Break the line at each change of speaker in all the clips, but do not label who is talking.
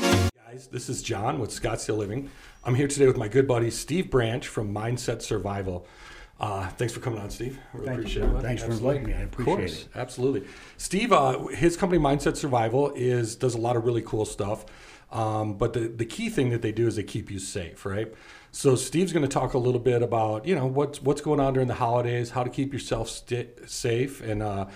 guys. This is John with Scottsdale Living. I'm here today with my good buddy Steve Branch from Mindset Survival. Uh, thanks for coming on, Steve. I really
Thank you,
appreciate
John.
it.
Thanks for
Absolutely.
inviting me. I
Of
appreciate
course.
it.
Absolutely. Steve, uh, his company Mindset Survival is does a lot of really cool stuff. Um, but the, the key thing that they do is they keep you safe, right? So Steve's going to talk a little bit about you know what's what's going on during the holidays, how to keep yourself sti safe, and uh,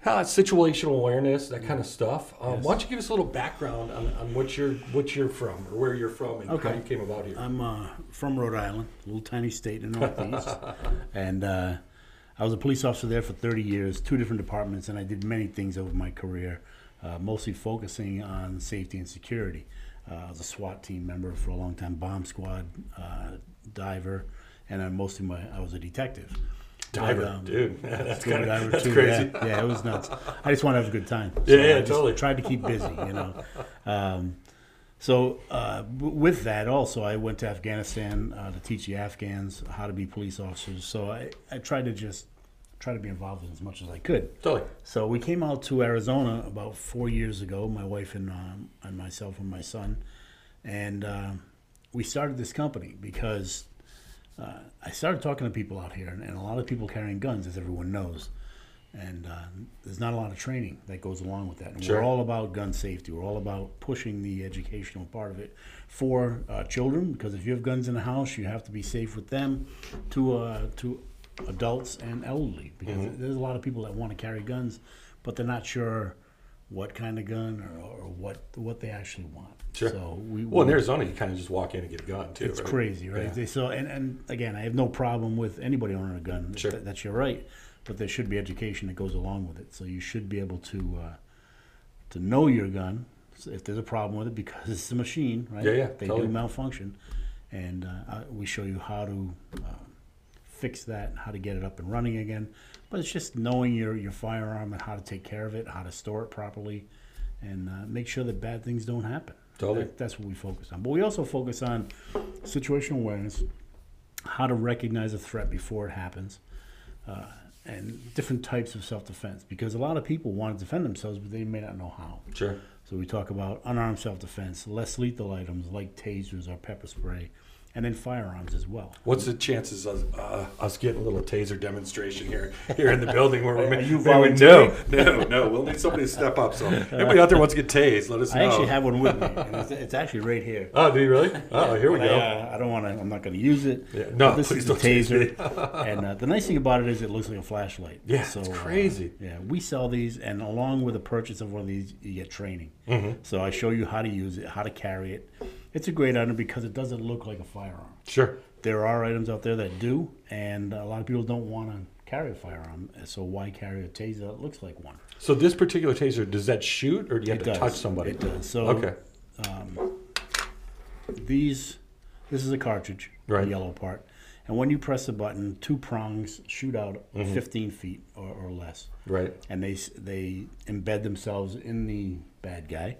how, situational awareness, that
Mm-hmm.
kind of stuff. Um, Why don't you give us a little background on, on what you're what you're from or where you're from and how
Okay.
you came about here?
I'm uh, from Rhode Island, a little tiny state in the Northeast. and uh, I was a police officer there for 30 years, two different departments, and I did many things over my career, uh, mostly focusing on safety and security. Uh, I was a SWAT team member for a long time, bomb squad, uh, diver, and I mostly my, I was a detective.
Diver,
But, um,
dude, that's
Scuba
kind
diver
of that's
too,
crazy.
Yeah, yeah, it was nuts. I just want to have a good time.
Yeah, yeah,
I just
totally.
Tried to keep busy, you know. Um, so uh, w- with that, also, I went to Afghanistan uh, to teach the Afghans how to be police officers. So I, I tried to just try to be involved in as much as I could.
Totally.
So we came out to Arizona about four years ago, my wife and, um, and myself and my son, and um we started this company because uh, I started talking to people out here, and, and a lot of people carrying guns, as everyone knows. And uh, there's not a lot of training that goes along with that. And
Sure.
We're all about gun safety. We're all about pushing the educational part of it for uh, children, because if you have guns in the house, you have to be safe with them, to uh, to adults and elderly, because
Mm-hmm.
there's a lot of people that want to carry guns, but they're not sure what kind of gun or, or what what they actually want.
Sure.
So we
Well, in
we-
Arizona, you kind of just walk in and get a gun too.
it's crazy, right?
Yeah.
They, so, and, and again, I have no problem with anybody owning a gun.
Sure.
That, that's your right, but there should be education that goes along with it. So you should be able to uh, to know your gun so if there's a problem with it because it's a machine, right?
Yeah, yeah,
They
totally.
do malfunction, and uh, I- we show you how to uh, fix that, how to get it up and running again. But it's just knowing your your firearm and how to take care of it, how to store it properly, and uh, make sure that bad things don't happen.
Totally.
That- that's what we focus on. But we also focus on situational awareness, how to recognize a threat before it happens, uh, and different types of self defense because a lot of people want to defend themselves, but they may not know how.
Sure.
So we talk about unarmed self defense, less lethal items like tasers or pepper spray, and then firearms as well.
What's the chances of uh, us getting a little taser demonstration here here in the building where we're
Are you
no, no, no. We'll need somebody to step up. So anybody out there wants to get tased, let us
I
know.
actually have one with me, and it's, it's actually right here.
Oh, do you really? Oh, here we
I,
go.
uh, I don't want to. I'm not going to use it.
Yeah, no,
but this
please
is a
don't use
taser, and uh, the nice thing about it is it looks like a flashlight.
Yeah, it's
uh,
crazy.
yeah, we sell these, and along with the purchase of one of these, you get training.
Mm-hmm.
So I show you how to use it, how to carry it. It's a great item because it doesn't look like a firearm.
Sure.
There are items out there that do, and a lot of people don't want to carry a firearm. So why carry a taser that looks like one?
So this particular taser, does that shoot, or do you have
It
to
does.
touch somebody?
It does. So
Okay.
these this is a cartridge
Right.
the yellow part and when you press the button two prongs shoot out 15 feet or, or less
Right.
and they s- they embed themselves in the bad guy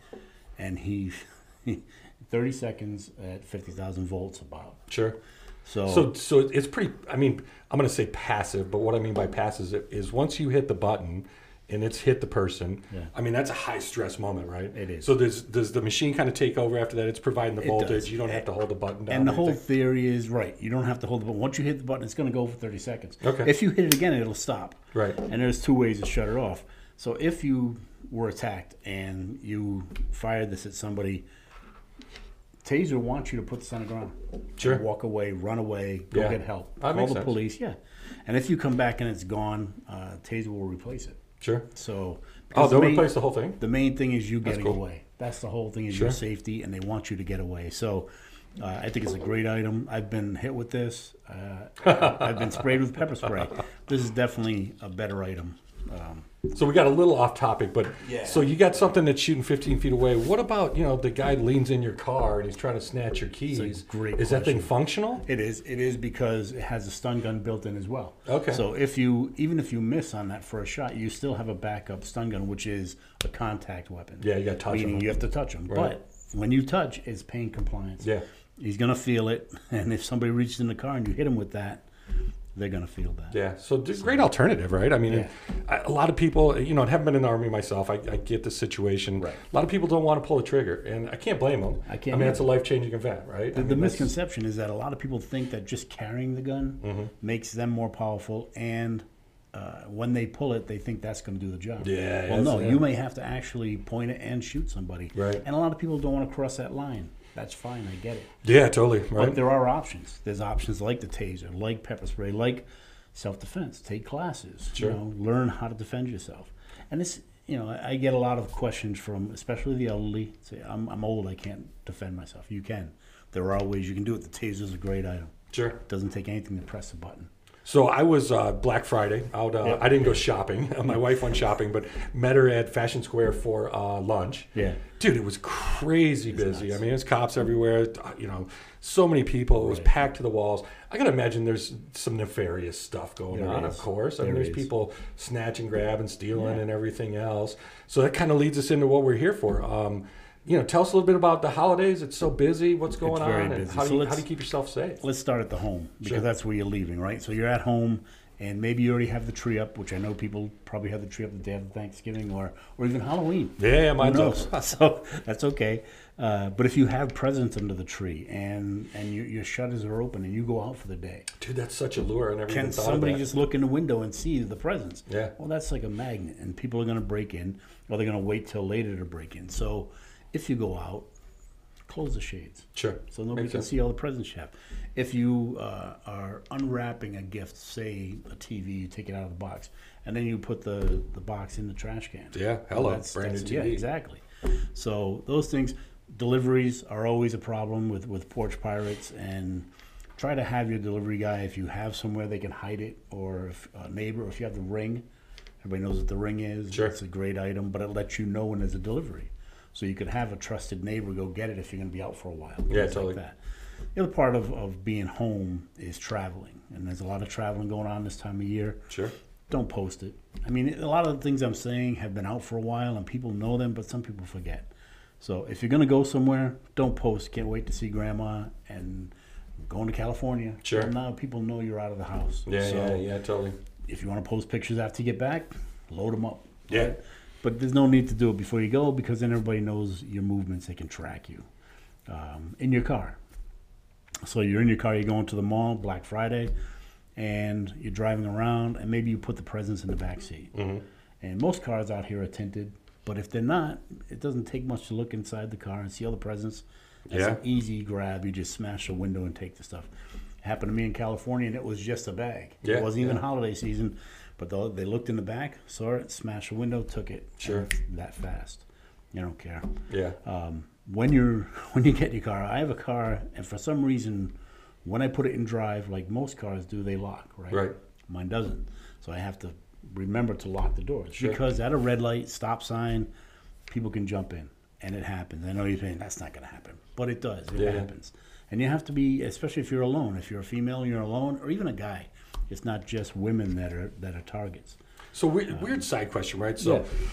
and he 30 seconds at 50000 volts about
Sure.
so,
So, so it's pretty. I mean, I'm going to say passive, but what I mean by passive is, is once you hit the button and it's hit the person.
Yeah.
I mean, that's a high stress moment, right?
It is.
So does does the machine kind of take over after that? It's providing the
does.
voltage. You don't have to hold the button down.
and the
or
whole
anything.
theory is right. You don't have to hold the button. Once you hit the button, it's going to go for 30 seconds.
Okay.
If you hit it again, it'll stop.
Right.
And there's two ways to shut it off. So if you were attacked and you fired this at somebody, Taser wants you to put this on the ground.
Sure.
Walk away, run away, go
Yeah.
get help.
That
Call
makes
the
sense.
police. Yeah. And if you come back and it's gone, uh, Taser will replace it.
Sure.
So
Oh,
because
they'll
the main-
replace the whole thing.
the main thing is you getting
cool.
away. That's the whole thing is
Sure.
your safety, and they want you to get away. So uh, I think it's a great item. I've been hit with this. Uh, I've been sprayed with pepper spray. This is definitely a better item. Um,
So we got a little off topic, but
Yeah.
so you got something that's shooting 15 feet away. What about you know the guy leans in your car and he's trying to snatch your keys?
great
Is that thing functional?
it is. It is because it has a stun gun built in as well.
Okay.
So if you even if you miss on that first shot, you still have a backup stun gun, which is a contact weapon.
Yeah, you gotta touch 'em.
Meaning you have to touch them.
Right.
But when you touch, it's pain compliance.
Yeah.
He's gonna feel it, and if somebody reaches in the car and you hit him with that, they're going to feel that.
Yeah, so just great alternative, right? I mean,
Yeah.
I- a lot of people, you know, I haven't been in the army myself. I, I get the situation.
Right.
A lot of people don't want to pull the trigger, and I can't blame them.
I can't
I mean,
either.
it's a life changing event, right? I
The,
mean,
the
that's-
misconception is that a lot of people think that just carrying the gun
Mm-hmm.
makes them more powerful, and uh, when they pull it, they think that's going to do the job.
Yeah,
Well, no,
yes, yeah.
you may have to actually point it and shoot somebody.
Right.
And a lot of people don't want to cross that line. That's fine. I get it.
Yeah, totally.
But
Right.
there are options. There's options like the taser, like pepper spray, like self-defense. Take classes.
Sure.
You know, learn how to defend yourself. And this, you know, I I get a lot of questions from, especially the elderly. Say, I'm, I'm old. I can't defend myself. You can. There are ways you can do it. The taser is a great item.
sure.
It doesn't take anything to press a button.
So I was uh, Black Friday out. Uh,
Yeah.
I didn't go shopping. My wife went shopping, but met her at Fashion Square for uh, lunch.
Yeah.
dude, it was crazy busy. I mean, there's cops everywhere. uh, You know, so many people. It was packed to the walls. I can imagine there's some nefarious stuff going
There
on.
is.
Of course, I mean,
There
there's
is.
people snatch and grab and stealing
Yeah.
and everything else. So that kind of leads us into what we're here for. Um, you know, tell us a little bit about the holidays. It's so busy. What's going
very
on? And
busy.
how,
So
do you,
let's-
how do you keep yourself safe?
Let's start at the home because
Sure.
that's where you're leaving, right? So you're at home, and maybe you already have the tree up, which I know people probably have the tree up the day after Thanksgiving or or even Halloween.
Yeah,
Who
mine's up.
knows? so that's okay. Uh, but if you have presents under the tree and and you, your shutters are open and you go out for the day,
Dude, that's such a lure. I never
can
even thought of
somebody
that.
just look in the window and see the presents?
Yeah.
Well, that's like a magnet, and people are going to break in, or they're going to wait till later to break in. So if you go out, close the shades.
Sure.
So nobody
Makes
can
sense.
see all the presents you have. If you uh, are unwrapping a gift, say a TV, you take it out of the box, and then you put the, the box in the trash can.
Yeah, hello,
That's-
brand new
that's-
TV.
Yeah, exactly. So those things, deliveries are always a problem with, with porch pirates, and try to have your delivery guy, if you have somewhere they can hide it, or if a neighbor, if you have the ring, everybody knows what the ring is.
Sure.
It's a great item, but it lets you know when there's a delivery. So you could have a trusted neighbor go get it if you're going to be out for a while
Yeah,
things
totally.
like that. The other part of, of being home is traveling, and there's a lot of traveling going on this time of year.
Sure.
Don't post it. I mean, a lot of the things I'm saying have been out for a while, and people know them, but some people forget. So if you're gonna go somewhere, don't post. Can't wait to see grandma and going to California.
Sure.
Well, now people know you're out of the house.
Yeah,
so
yeah, yeah, totally.
If you want to post pictures after you get back, load them up.
Yeah.
But there's no need to do it before you go because then everybody knows your movements. They can track you um, in your car. So you're in your car, you're going to the mall, Black Friday, and you're driving around, and maybe you put the presents in the back seat.
Mm-hmm.
And most cars out here are tinted, but if they're not, it doesn't take much to look inside the car and see all the presents. It's
Yeah.
an easy grab. You just smash the window and take the stuff. happened to me in California, and it was just a bag.
Yeah,
It wasn't even
yeah.
holiday season, but they- they looked in the back, saw it, smashed the window, took it.
Sure.
And it's That fast. You don't care
Yeah.
um, when you're when you get your car i have a car and for some reason when i put it in drive like most cars do they lock right
Right.
mine doesn't so i have to remember to lock the doors
Sure.
because at a red light stop sign people can jump in and it happens i know you're saying that's not going to happen but it does it
Yeah.
happens and you have to be especially if you're alone if you're a female and you're alone or even a guy it's not just women that are that are targets
So weird, weird side question, right? So
Um, Yeah.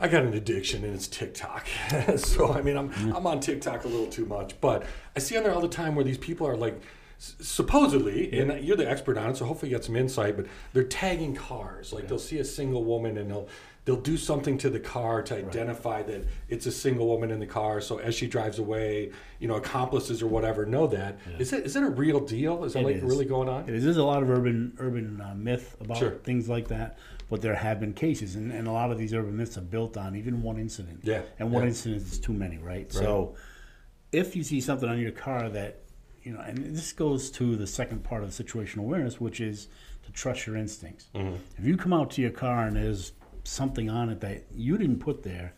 I got an addiction and it's TikTok. so I mean, I'm
Mm.
I'm on TikTok a little too much, but I see on there all the time where these people are like s- supposedly and you're the expert on it so hopefully you get some insight but they're tagging cars like they'll see a single woman and they'll they'll do something to the car to identify that it's a single woman in the car so as she drives away you know accomplices or whatever know that is it is it a real deal is that
It
like
is.
really going on
It is. There's a lot of urban urban uh, myth about
Sure.
things like that, but there have been cases, and, and a lot of these urban myths are built on even one incident.
Yeah,
And one
yeah.
incident is too many, right? So, if you see something on your car that, you know, and this goes to the second part of situational awareness, which is to trust your instincts.
Mm-hmm.
If you come out to your car and there's something on it that you didn't put there,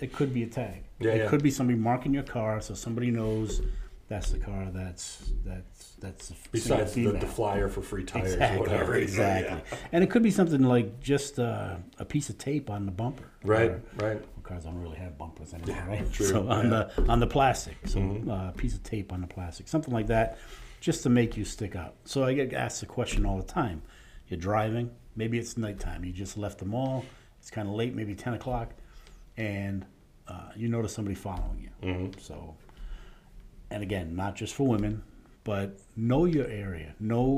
it could be a tag.
Yeah,
it
yeah.
could be somebody marking your car so somebody knows that's the car that's that's that's the f- single
besides the, the
female.
flyer for free tires
exactly,
or whatever you know, yeah.
exactly. And it could be something like just uh, a piece of tape on the bumper.
Right,
Or-
right.
well, cars don't really have bumpers anymore, right?
true,
So on the on the plastic, so uh, piece of tape on the plastic, something like that, just to make you stick out. So I get asked the question all the time: You're driving, maybe it's nighttime, you just left the mall, it's kind of late, maybe ten o'clock, and uh, you notice somebody following you. So, and again, not just for women, but know your area, know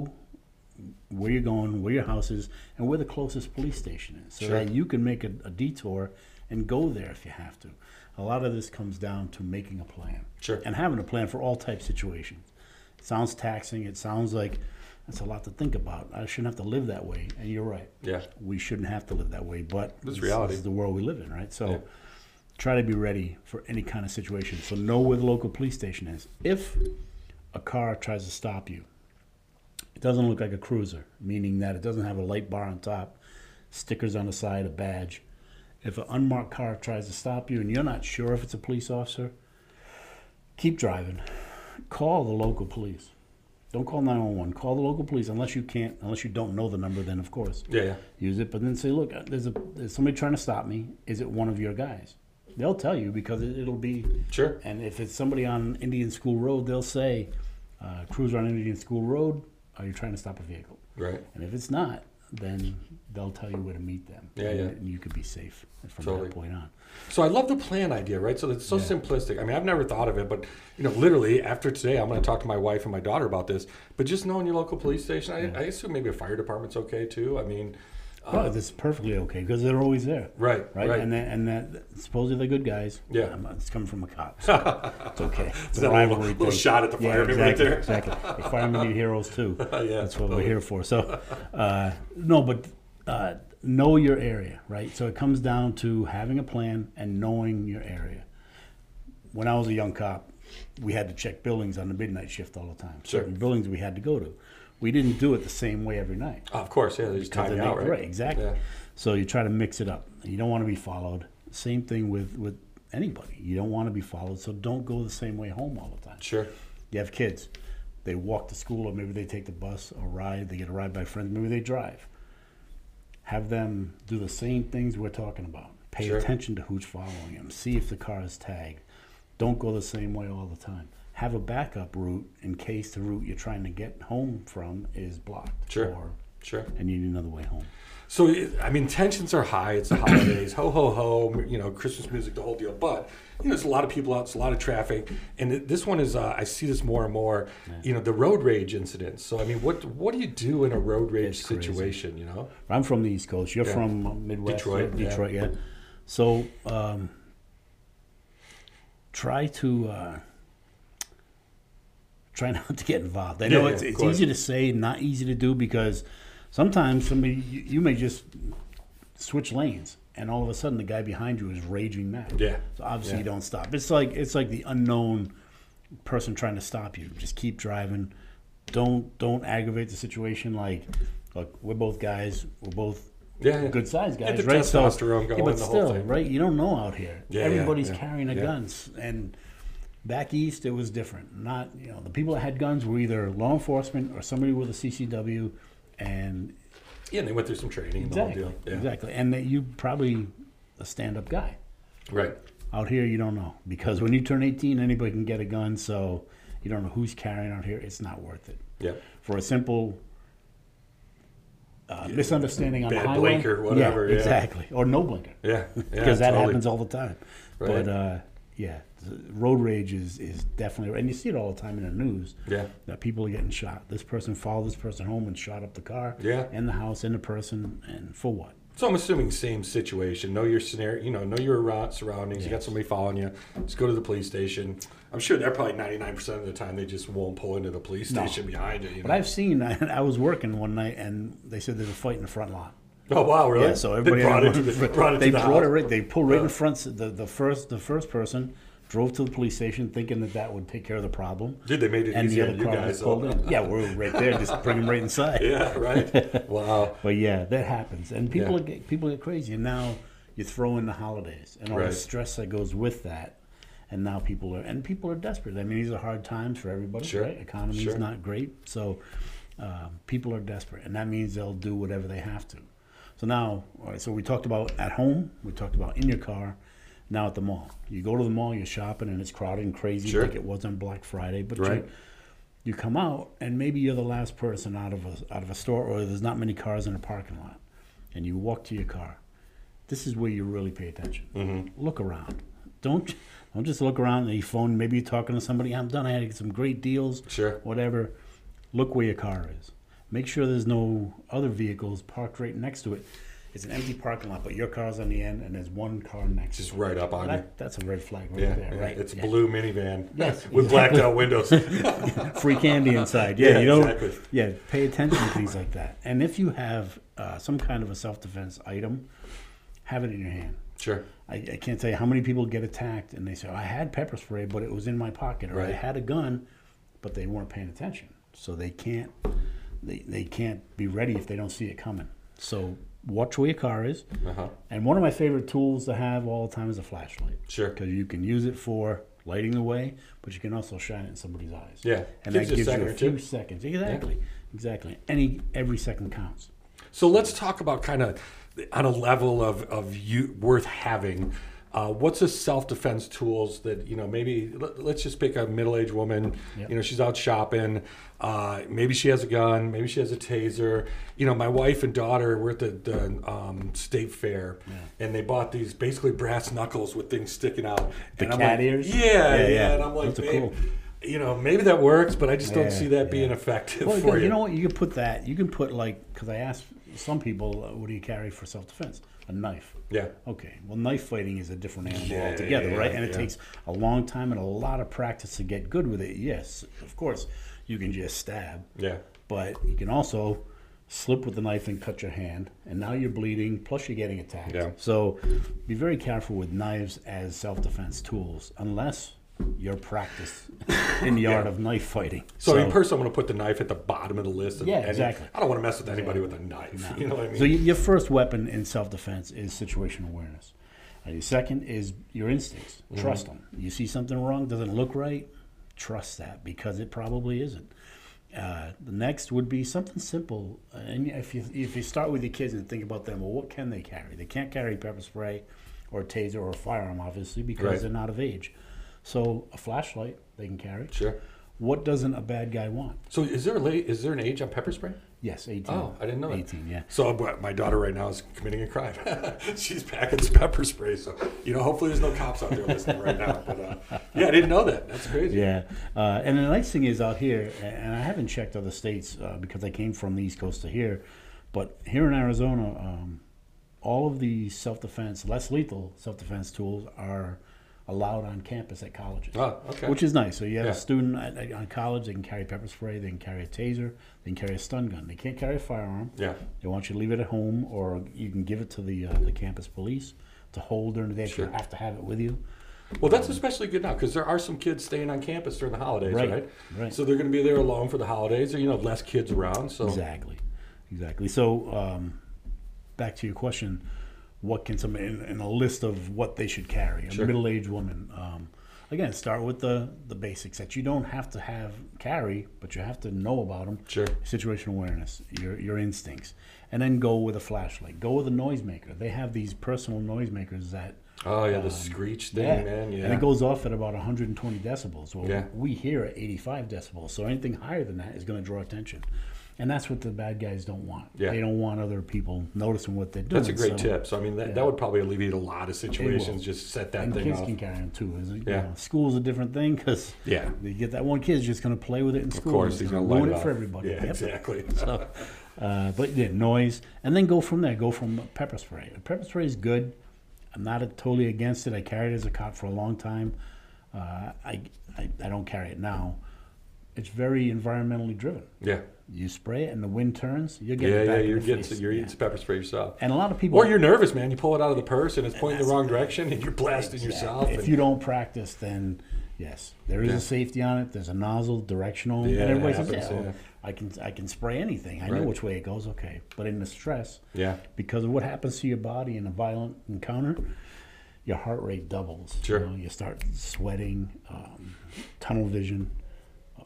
where you're going, where your house is, and where the closest police station is, so
Sure.
that you can make a, a detour and go there if you have to. A lot of this comes down to making a plan
Sure.
and having a plan for all type situations. It sounds taxing. It sounds like that's a lot to think about. I shouldn't have to live that way, and you're right.
Yeah.
we shouldn't have to live that way, but
This is
this-
reality.
This is the world we live in, right? So
Yeah.
try to be ready for any kind of situation. So know where the local police station is. If a car tries to stop you, it doesn't look like a cruiser, meaning that it doesn't have a light bar on top, stickers on the side, a badge. If an unmarked car tries to stop you and you're not sure if it's a police officer, keep driving. Call the local police. Don't call 911. Call the local police unless you can't, unless you don't know the number, then of course
Yeah, yeah.
use it, but then say, look, uh, there's a there's somebody trying to stop me. Is it one of your guys? They'll tell you because it, it'll be.
Sure.
And if it's somebody on Indian School Road, they'll say, uh, cruiser on Indian School Road, are you trying to stop a vehicle?
Right.
And if it's not, then they'll tell you where to meet them.
Yeah,
and,
yeah.
And you could be safe from
Totally.
that point on.
So I love the plan idea, right? So it's so
Yeah.
simplistic. I mean, I've never thought of it, but you know, literally after today, I'm going to talk to my wife and my daughter about this. But just knowing your local police station, I, I assume maybe a fire department's okay too. I mean, uh,
Well, Oh, this is perfectly okay because they're always there.
right,
Right?
right,
and that, and that supposedly they're good guys.
Yeah.
Um, it's coming from a cop. So it's okay. It's
that a little- little
thing.
shot at the fireman right
exactly,
there?
Exactly. The firemen need heroes too.
Yeah,
That's what
totally.
we're here for. So, uh, no, but uh, know your area, right? So it comes down to having a plan and knowing your area. When I was a young cop, we had to check buildings on the midnight shift all the time.
Sure.
Certain buildings we had to go to. We didn't do it the same way every night.
of course, yeah. They just
Because
time you
they-
out, right?
exactly.
Yeah.
So you try to mix it up. You don't want to be followed. Same thing with with anybody. You don't want to be followed. So don't go the same way home all the time.
Sure.
You have kids. They walk to school, or maybe they take the bus or ride. They get a ride by friends. Maybe they drive. Have them do the same things we're talking about. Pay
Sure.
attention to who's following them. See if the car is tagged. Don't go the same way all the time. Have a backup route in case the route you're trying to get home from is blocked.
Sure.
Or,
Sure.
and you need another way home.
So it- I mean, tensions are high. It's the holidays, ho ho ho. You know, Christmas music, the whole deal. But you know, there's a lot of people out. It's a lot of traffic, and it, this one is. Uh, I see this more and more. You know, the road rage incidents. So I mean, what what do you do in a road rage
It's crazy.
situation? You know,
I'm from the East Coast. You're
Yeah.
from uh, Midwest.
Detroit,
yeah,
yeah.
Detroit, yeah. So um, try to uh, try not to get involved. I
Yeah,
know
yeah,
it's,
of
it's
course.
easy to say, not easy to do because sometimes somebody you, you may just switch lanes, and all of a sudden the guy behind you is raging mad.
Yeah.
So obviously
Yeah.
you don't stop. It's like it's like the unknown person trying to stop you. Just keep driving. Don't don't aggravate the situation. Like, look, we're both guys. We're both
Yeah, yeah.
good sized
Get
guys,
the
right? So-
testosterone going,
yeah, but
the whole
still,
thing.
right? You don't know out here.
Yeah, yeah,
Everybody's
yeah,
carrying a
yeah.
gun, guns. and back east it was different not you know the people that had guns were either law enforcement or somebody with a ccw and
yeah. And they went through some training. and
exactly
The whole deal. Yeah.
exactly and that you probably a stand-up guy
Right.
out here you don't know because when you turn 18 anybody can get a gun so you don't know who's carrying out here it's not worth it
Yeah.
for a simple uh, misunderstanding on the
bad
highway
blink or
Yeah,
whatever, yeah.
exactly or no blinker
Yeah. yeah
because that
totally.
happens all the time.
Right.
But uh, yeah, th- road rage is is definitely, and you see it all the time in the news.
Yeah.
that people are getting shot. This person followed this person home and shot up the car.
Yeah.
and the house and the person, and for what?
So I'm assuming same situation. Know your scenario. You know, know your arou- surroundings. You got somebody following you. Just go to the police station. I'm sure they're probably 99% of the time they just won't pull into the police
No.
station behind you. you
But
know?
I've seen. I, I was working one night, and they said there's a fight in the front lot.
oh wow, really?
Yeah, so everybody
they brought it
had
to
one-
the brought it
they
to the
brought it
house.
right. They pulled right in front. so The the first the first person drove to the police station thinking that that would take care of the problem.
Dude, they made it
and
easy
the
on
other
you
car
guys.
was
though.
pulled in. Yeah, we're right there. Just bring them right inside.
Yeah, right. wow.
But yeah, that happens, and people
Yeah.
get people get crazy. And now you throw in the holidays and all
Right.
the stress that goes with that, and now people are and people are desperate. I mean, these are hard times for everybody.
Sure.
Right? Economy's
Sure.
not great, so um, people are desperate, and that means they'll do whatever they have to. So now, all right. So we talked about at home. We talked about in your car. Now at the mall, you go to the mall, you're shopping, and it's crowded and crazy,
Sure.
like it was on Black Friday. But you-
Right.
you come out and maybe you're the last person out of a out of a store or there's not many cars in a parking lot and you walk to your car this is where you really pay attention
Mm-hmm.
look around don't don't just look around at your phone maybe you're talking to somebody i'm done i had some great deals
Sure.
whatever look where your car is Make sure there's no other vehicles parked right next to it. It's an empty parking lot, but your car's on the end, and there's one car next.
Just
to it.
right up on
that,
you.
That's a red flag right
Yeah,
there,
yeah,
right?
it's a
Yeah.
blue minivan
Yes,
with blacked out windows.
free candy inside. Yeah,
Yeah,
you don't.
exactly.
Yeah, pay attention to things like that. And if you have uh, some kind of a self defense item, have it in your hand.
sure.
I, I can't tell you how many people get attacked and they say, I had pepper spray, but it was in my pocket, or I
Right.
had a gun, but they weren't paying attention. So they can't they, they can't be ready if they don't see it coming. So watch where your car is.
Uh-huh.
And one of my favorite tools to have all the time is a flashlight.
Sure.
Because you can use it for lighting the way, but you can also shine it in somebody's eyes.
Yeah. Gives
And that
you a
gives you
second
a
or two.
few seconds. Exactly. Exactly. Any every second counts.
So let's talk about kind of on a level of of you worth having. Uh, what's a self defense tools that you know maybe let, let's just pick a middle aged woman.
Yep.
You know she's out shopping. Uh, maybe she has a gun. Maybe she has a taser. You know my wife and daughter were at the, the um, state fair, and they bought these basically brass knuckles with things sticking out.
The
and I'm
cat
like,
ears?
Yeah,
Yeah,
yeah,
yeah.
And I'm like,
Those are
babe,
cool.
you know maybe that works, but I just
Yeah,
don't see that
yeah.
being effective
Well,
for
you
you.
know what? You can put that. You can put like because I asked some people, uh, what do you carry for self-defense? A knife.
yeah.
Okay. Well, knife fighting is a different animal
Yeah,
altogether,
yeah,
right? And it
yeah.
takes a long time and a lot of practice to get good with it. Yes, of course, you can just stab.
Yeah.
But you can also slip with the knife and cut your hand, and now you're bleeding. Plus, you're getting attacked.
Yeah.
So, be very careful with knives as self-defense tools, unless you're practiced in the art of knife fighting.
So, in person, I'm going to put the knife at the bottom of the list. And,
Yeah,
and
exactly.
I don't want to mess with anybody with a knife. You know what I mean?
So y- your first weapon in self-defense is situational awareness. Uh, your second is your instincts.
Mm-hmm.
Trust them. You see something wrong, doesn't look right, trust that because it probably isn't. Uh, the next would be something simple, Uh, and if you if you start with your kids and think about them, well, what can they carry? They can't carry pepper spray, or a taser, or a firearm, obviously, because
Right.
they're not of age. So a flashlight they can carry.
sure.
What doesn't a bad guy want?
So is there a late, is there an age on pepper spray?
Yes, eighteen.
Oh, I didn't know that.
Eighteen, yeah.
So but my daughter right now is committing a crime. She's packing some pepper spray. So you know, hopefully there's no cops out there listening right now. But uh, yeah, I didn't know that. That's crazy.
Yeah, uh, and the nice thing is out here, a- and I haven't checked other states uh, because I came from the East Coast to here, but here in Arizona, um, all of the self-defense, less lethal self-defense tools are allowed on campus at colleges,
Oh, okay.
which is nice. So you have
Yeah.
a student at, at, on college, they can carry pepper spray, they can carry a taser, they can carry a stun gun. They can't carry a firearm.
yeah.
They want you to leave it at home, or you can give it to the uh, the campus police to hold during the day. if
Sure.
You have to have it with you.
Well, that's especially good now because there are some kids staying on campus during the holidays,
Right,
right?
right.
So they're going to be there alone for the holidays, or you know, less kids around. So
Exactly, exactly. So, um, back to your question, what can somebody in, in a list of what they should carry? A
Sure.
middle-aged woman. Um, again, start with the the basics that you don't have to have carry, but you have to know about them.
Sure.
Situational awareness, your your instincts, and then go with a flashlight. Go with a noisemaker. They have these personal noisemakers that.
Oh yeah, the screech thing, man. Yeah.
Um, And it goes off at about 120 decibels. Well,
Yeah.
we hear at 85 decibels. So anything higher than that is going to draw attention. And that's what the bad guys don't want.
Yeah.
They don't want other people noticing what they're doing.
That's a great
so-
tip. So I mean, that,
yeah.
that would probably alleviate a lot of situations. Just set that
And
thing
kids
off.
can carry them too. Is it,
Yeah.
you know, school's a different thing because
Yeah.
you get that one kid's just going to play with it in
Of
school.
course, he's
gonna
going to light
ruin
it
it,
up.
for everybody.
Yeah,
Yep.
exactly.
So, uh, but yeah, noise, and then go from there. Go from pepper spray. Pepper spray is good. I'm not totally against it. I carried it as a cop for a long time. Uh, I, I I don't carry it now. It's very environmentally driven.
Yeah,
You spray it, and the wind turns.
yeah,
You're getting
yeah.
back in
You're
the
getting
face.
you're eating
Yeah.
some pepper spray yourself,
And a lot of people.
or you're nervous, man. You pull it out of the purse and it's pointing the
that's-
wrong direction, and you're blasting yourself.
If
and-
you don't practice, then yes, there is
Yeah.
a safety on it. There's a nozzle, directional,
Yeah,
and everybody
it
says, yeah,
happens,
well,
yeah.
I can I can spray anything. I know
Right.
which way it goes. Okay, but in the stress,
Yeah.
because of what happens to your body in a violent encounter, your heart rate doubles.
Sure.
you, know, you start sweating, um, tunnel vision.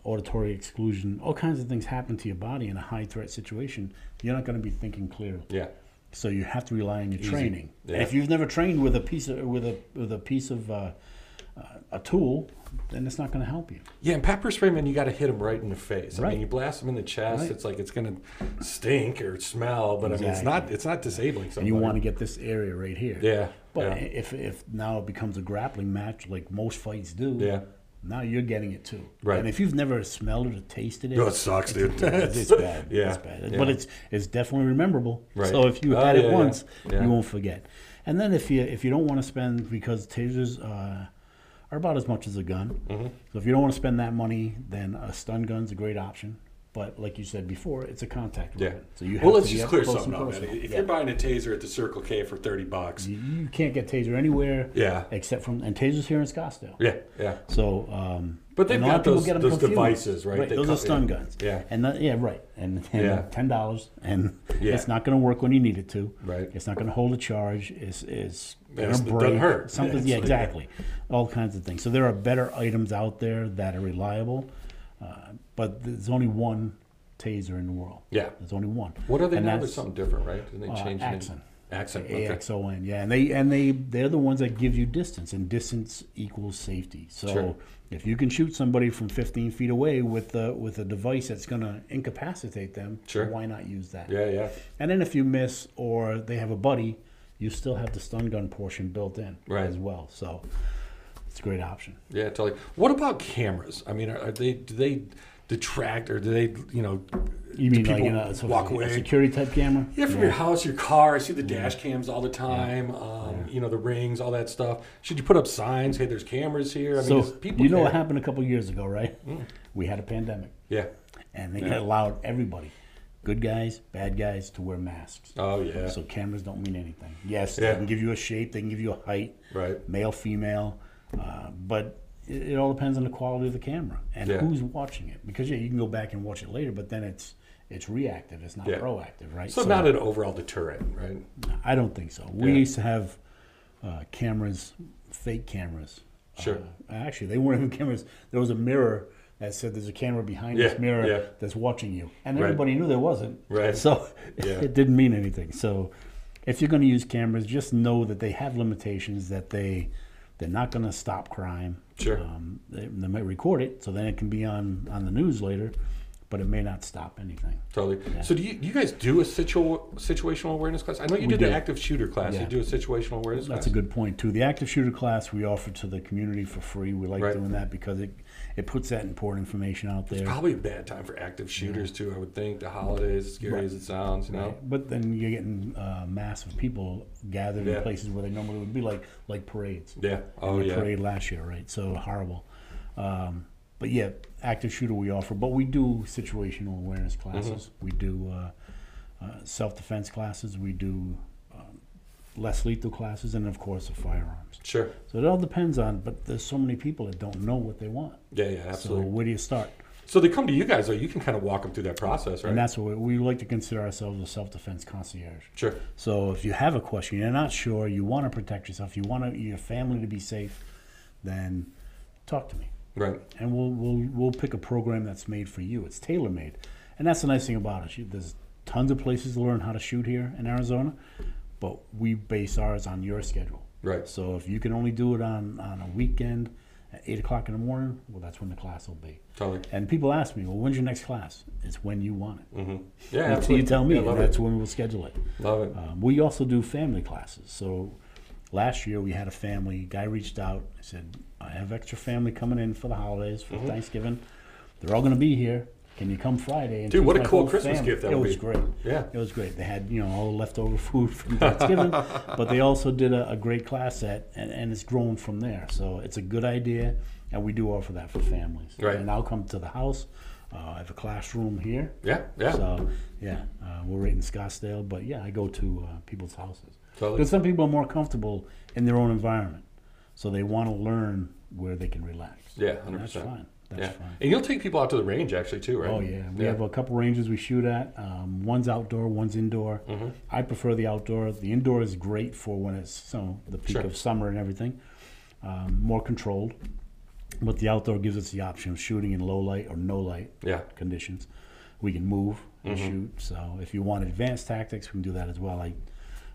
Auditory exclusion, all kinds of things happen to your body in a high threat situation. You're not going to be thinking clearly.
yeah,
So you have to rely on your training.
Yeah.
And if you've never trained with a piece of with a with a piece of uh, uh, a tool, then it's not going to help you.
yeah. And pepper spray, man, you got to hit them right in the face. I
Right.
mean, you blast them in the chest.
Right.
It's like it's gonna stink or smell, but I mean, it's not it's not disabling.
And
Somebody.
you want to get this area right here.
Yeah,
But
yeah.
if if now it becomes a grappling match, like most fights do,
Yeah.
now you're getting it too.
Right.
And if you've never smelled it or tasted it,
Oh, it sucks,
it's-
dude.
It's, it's bad.
Yeah,
It's bad.
yeah.
But it's it's definitely rememberable.
Right.
So if you
Oh,
had
yeah,
it
yeah.
once,
Yeah.
you won't forget. And then if you if you don't want to spend because tasers uh, are about as much as a gun.
Mm-hmm.
So if you don't want to spend that money, then a stun gun's a great option. But like you said before, it's a contact
Yeah.
weapon. So you have
well,
to
let's
be
just
up
clear
close
something
and
up, man.
personal.
If
Yeah.
you're buying a taser at the Circle K for thirty bucks,
You- you can't get taser anywhere
yeah,
except from and tasers here in Scottsdale.
yeah, yeah,
So, um,
But they've
and a lot
got
of people
those-
get 'em
those
confused.
devices, right? They
those
come-
are stun
yeah.
guns.
Yeah.
and that, yeah, right. And, and
Yeah.
ten dollars, and
Yeah.
it's not going to work when you need it to.
Right.
It's not going to hold a charge. It's it's
Yeah,
going
it's-
to
it doesn't
break.
hurt.
Something.
Yeah,
Yeah,
it's-
exactly. All kinds of things. So there are better items out there that are reliable, uh, but there's only one taser in the world.
yeah.
There's only one.
What are they
And
now? They're
that's-
something different, right? Didn't they
uh,
change the name?
Axon.
Accent.
A
Okay.
X O N, yeah, and they and they they're the ones that give you distance, and distance equals safety. So
Sure.
if you can shoot somebody from 15 feet away with a with a device that's going to incapacitate them,
Sure.
why not use that?
Yeah, yeah.
And then if you miss or they have a buddy, you still have the stun gun portion built in
Right.
as well. So it's a great option.
Yeah, totally. What about cameras? I mean, are, are they do they detract or do they you know?
You
do
mean like
people
in a, so
walk
a
away?
security type camera?
yeah, from your house, your car. I see the dash cams all the time. Um, You know the rings, all that stuff. Should you put up signs? Hey, there's cameras here. I mean,
So
does people. Mm.
you know what
care?
happened a couple years ago, right? We had a pandemic.
Yeah.
and they allowed everybody, good guys, bad guys, to wear masks.
Oh yeah.
So cameras don't mean anything. Yes,
Yeah.
they can give you a shape, they can give you a height,
Right.
male, female, uh, but it, it all depends on the quality of the camera and
Yeah.
who's watching it. Because yeah, you can go back and watch it later, but then it's it's reactive. It's not
Yeah.
proactive, right?
So, not an overall deterrent, right?
I don't think so. We
Yeah.
used to have uh, cameras, fake cameras.
Sure.
Uh, actually, they weren't even cameras. There was a mirror that said there's a camera behind
Yeah,
this mirror
yeah.
that's watching you, and
Right.
everybody knew there wasn't.
Right.
So
Yeah.
it didn't mean anything. So if you're going to use cameras, just know that they have limitations. That they they're not going to stop crime.
Sure.
Um, they, they might record it, so then it can be on on the news later, but it may not stop anything.
Totally. So do you, do you guys do a situ- situational awareness class? I know you did
do.
the active shooter class.
Yeah.
You do a situational awareness
That's a
class.
good point too. The active shooter class we offer to the community for free. We like
Right.
doing that because it it puts that important information out there.
Probably a bad time for active shooters too. I would think the holidays, as scary as it sounds, you know.
But then you're getting uh, mass of people gathered
Yeah.
in places where they normally would be, like like parades.
Yeah. Oh
the
yeah.
parade last year, right? So horrible. Um, but yeah, active shooter we offer, but we do situational awareness
Mm-hmm.
classes. We do uh, uh, self defense classes. We do um, less lethal classes, and of course, the firearms.
Sure.
So it all depends on, but there's so many people that don't know what they want.
Yeah. Yeah.
So
Absolutely.
where do you start?
So, they come to you guys, though. You can kind of walk them through that process, right?
And that's what we, we like to consider ourselves a self-defense concierge.
sure.
So if you have a question, you're not sure, you want to protect yourself, you want to, your family to be safe, then talk to me,
Right.
and we'll we'll we'll pick a program that's made for you. It's tailor made, and that's the nice thing about us. You- There's tons of places to learn how to shoot here in Arizona, but we base ours on your schedule.
Right.
So if you can only do it on, on a weekend at 8 o'clock in the morning, well, that's when the class will be.
Totally.
And people ask me, well, when's your next class? It's when you want it.
Mm-hmm. Yeah.
Until
absolutely.
you tell me,
Yeah,
and
love
that's
it.
when we'll schedule it.
Love it.
Um, we also do family classes. So last year we had a family. Guy reached out. I said, I have extra family coming in for the holidays, for
Mm-hmm.
Thanksgiving. They're all going to be here. Can you come Friday? And
Dude,
teach
what a
my
cool
whole
Christmas gift that
it
would
was
be.
great.
Yeah.
It was great. They had, you know, all the leftover food from Thanksgiving, but they also did a, a great class at, and, and it's grown from there. So it's a good idea, and we do offer that for families.
Right.
And I'll come to the house. Uh, I have a classroom here.
Yeah. Yeah.
So yeah, uh, we're right in Scottsdale, but yeah, I go to uh, people's houses.
Totally.
Because some people are more comfortable in their own environment, so they want to learn where they can relax.
yeah.
And
Hundred
that's
percent.
fine. That's
Yeah.
fine.
And you'll take people out to the range actually too, right?
Oh yeah, we have a couple ranges we shoot at. Um, one's outdoor, one's indoor.
Mm-hmm.
I prefer the outdoor. The indoor is great for when it's you know, the peak
Sure.
of summer and everything, um, more controlled. But the outdoor gives us the option of shooting in low light or no light
yeah.
conditions. We can move and
Mm-hmm.
shoot. So if you want advanced tactics, we can do that as well. I, like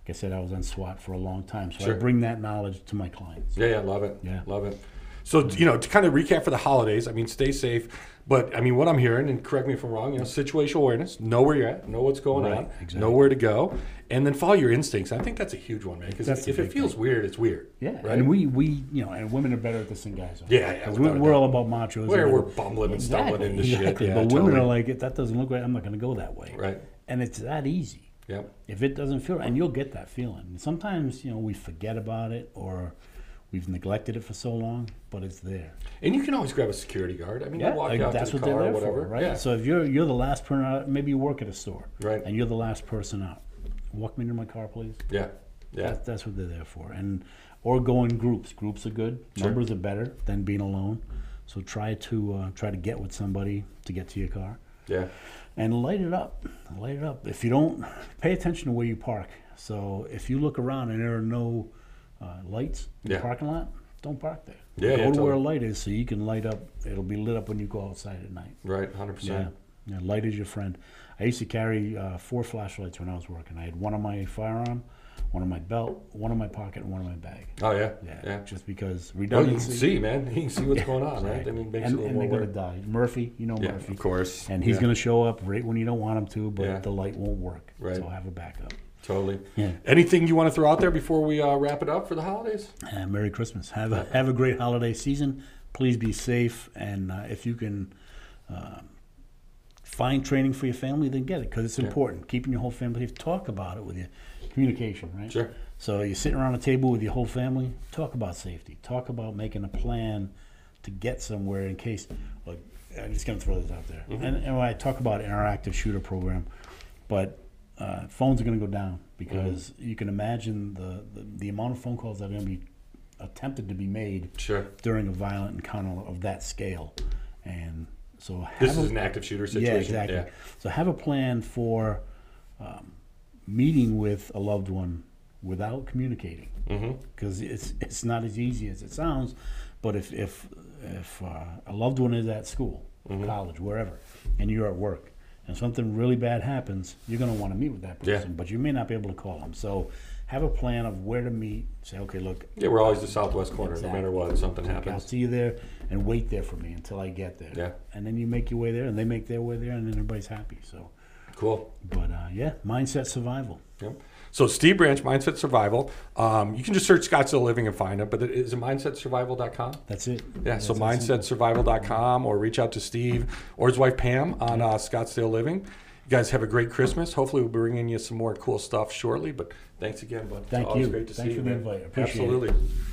I said, I was on SWAT for a long time, so
Sure.
I bring that knowledge to my clients.
Yeah, yeah, love it.
Yeah.
Love it. So you know, to kind of recap for the holidays, I mean, stay safe. But I mean, what I'm hearing, and correct me if I'm wrong, you know, situational awareness, know where you're at, know what's going
Right,
on,
exactly.
know where to go, and then follow your instincts. I think that's a huge one, man. Because
That's
if,
the
it
big
feels weird, it's weird.
Yeah,
Right.
and we we you know, and women are better at this than guys are.
Yeah, yeah,
'Cause
without
we're,
a
we're
doubt.
all about machos.
Where
and
we're bumbling and stumbling into
exactly.
shit. Yeah,
but women
totally.
are like, if that doesn't look right, I'm not going to go that way.
Right.
And it's that easy.
Yep.
If it doesn't feel right, and you'll get that feeling. And sometimes you know we forget about it or we've neglected it for so long, but it's there.
And you can always grab a security guard. I mean, you walk
like,
out
that's
to the
what they're
car or
there
whatever.
for, right?
Yeah.
So if you're you're the last person out, maybe you work at a store,
Right.
And you're the last person out. Walk me to my car, please.
yeah. Yeah.
That, that's what they're there for. And or go in groups. Groups are good.
Sure.
Numbers are better than being alone. So try to uh, try to get with somebody to get to your car
Yeah.
and light it up. Light it up. If you don't pay attention to where you park. So if you look around and there are no uh, lights in
Yeah.
the parking lot, don't park there.
Yeah,
go to
yeah,
where a
totally.
light is so you can light up. It'll be lit up when you go outside at night.
Right. Hundred
Yeah.
percent.
yeah, light is your friend. I used to carry uh, four flashlights when I was working. I had one on my firearm, one on my belt, one in my pocket, and one in my bag.
Oh yeah.
Yeah,
Yeah.
just because
Well, you can
redundancy.
see, man. You can see what's going on, right?
Right.
I mean, it makes
and
it a little
and
more
they're going
work.
to die. Murphy, you know
Yeah,
Murphy.
of course.
And he's
Yeah.
going to show up right when you don't want him to, but
Yeah.
the light won't work.
Right.
So have a backup.
Totally.
Yeah.
Anything you want to throw out there before we uh, wrap it up for the holidays?
Uh, Merry Christmas. Have a have a great holiday season. Please be safe, and uh, if you can um find training for your family, then get it because it's
Yeah.
important. Keeping your whole family safe. Talk about it with your communication, right?
Sure.
So you're sitting around a table with your whole family. Talk about safety. Talk about making a plan to get somewhere in case. Like, I'm just gonna throw this out there.
Mm-hmm.
And, and when I talk about interactive shooter program, but uh, phones are gonna go down because
Mm-hmm.
you can imagine the, the the amount of phone calls that are gonna be attempted to be made
Sure.
during a violent encounter of that scale, and so have
This
a-
is an active shooter situation.
yeah, exactly. So have a plan for um, meeting with a loved one without communicating,
Mm-hmm.
because it's it's not as easy as it sounds. But if if if uh, a loved one is at school,
Mm-hmm.
college, wherever, and you're at work, and something really bad happens, you're going to want to meet with that
Yeah.
person, but you may not be able to call them. So have a plan of where to meet. Say, okay, look,
Yeah, we're always the southwest corner, no matter
Exactly.
what. Something
I'll
happens.
see you there and wait there for me until I get there.
Yeah.
And then you make your way there, and they make their way there, and then everybody's happy. So.
Cool.
But uh, yeah, mindset survival.
Yep. So Steve Branch, Mindset Survival. Um, you can just search Scottsdale Living and find him, but it is it mindsetsurvival.com?
That's it.
Yeah, so
That's it.
mindsetsurvival.com or reach out to Steve or his wife Pam on uh, Scottsdale Living. You guys have a great Christmas. Hopefully, we'll be bringing you some more cool stuff shortly. But thanks again, bud. It's
Thank
always
you.
Great to
Thanks
see you,
for the
man.
invite. I appreciate it.
Absolutely.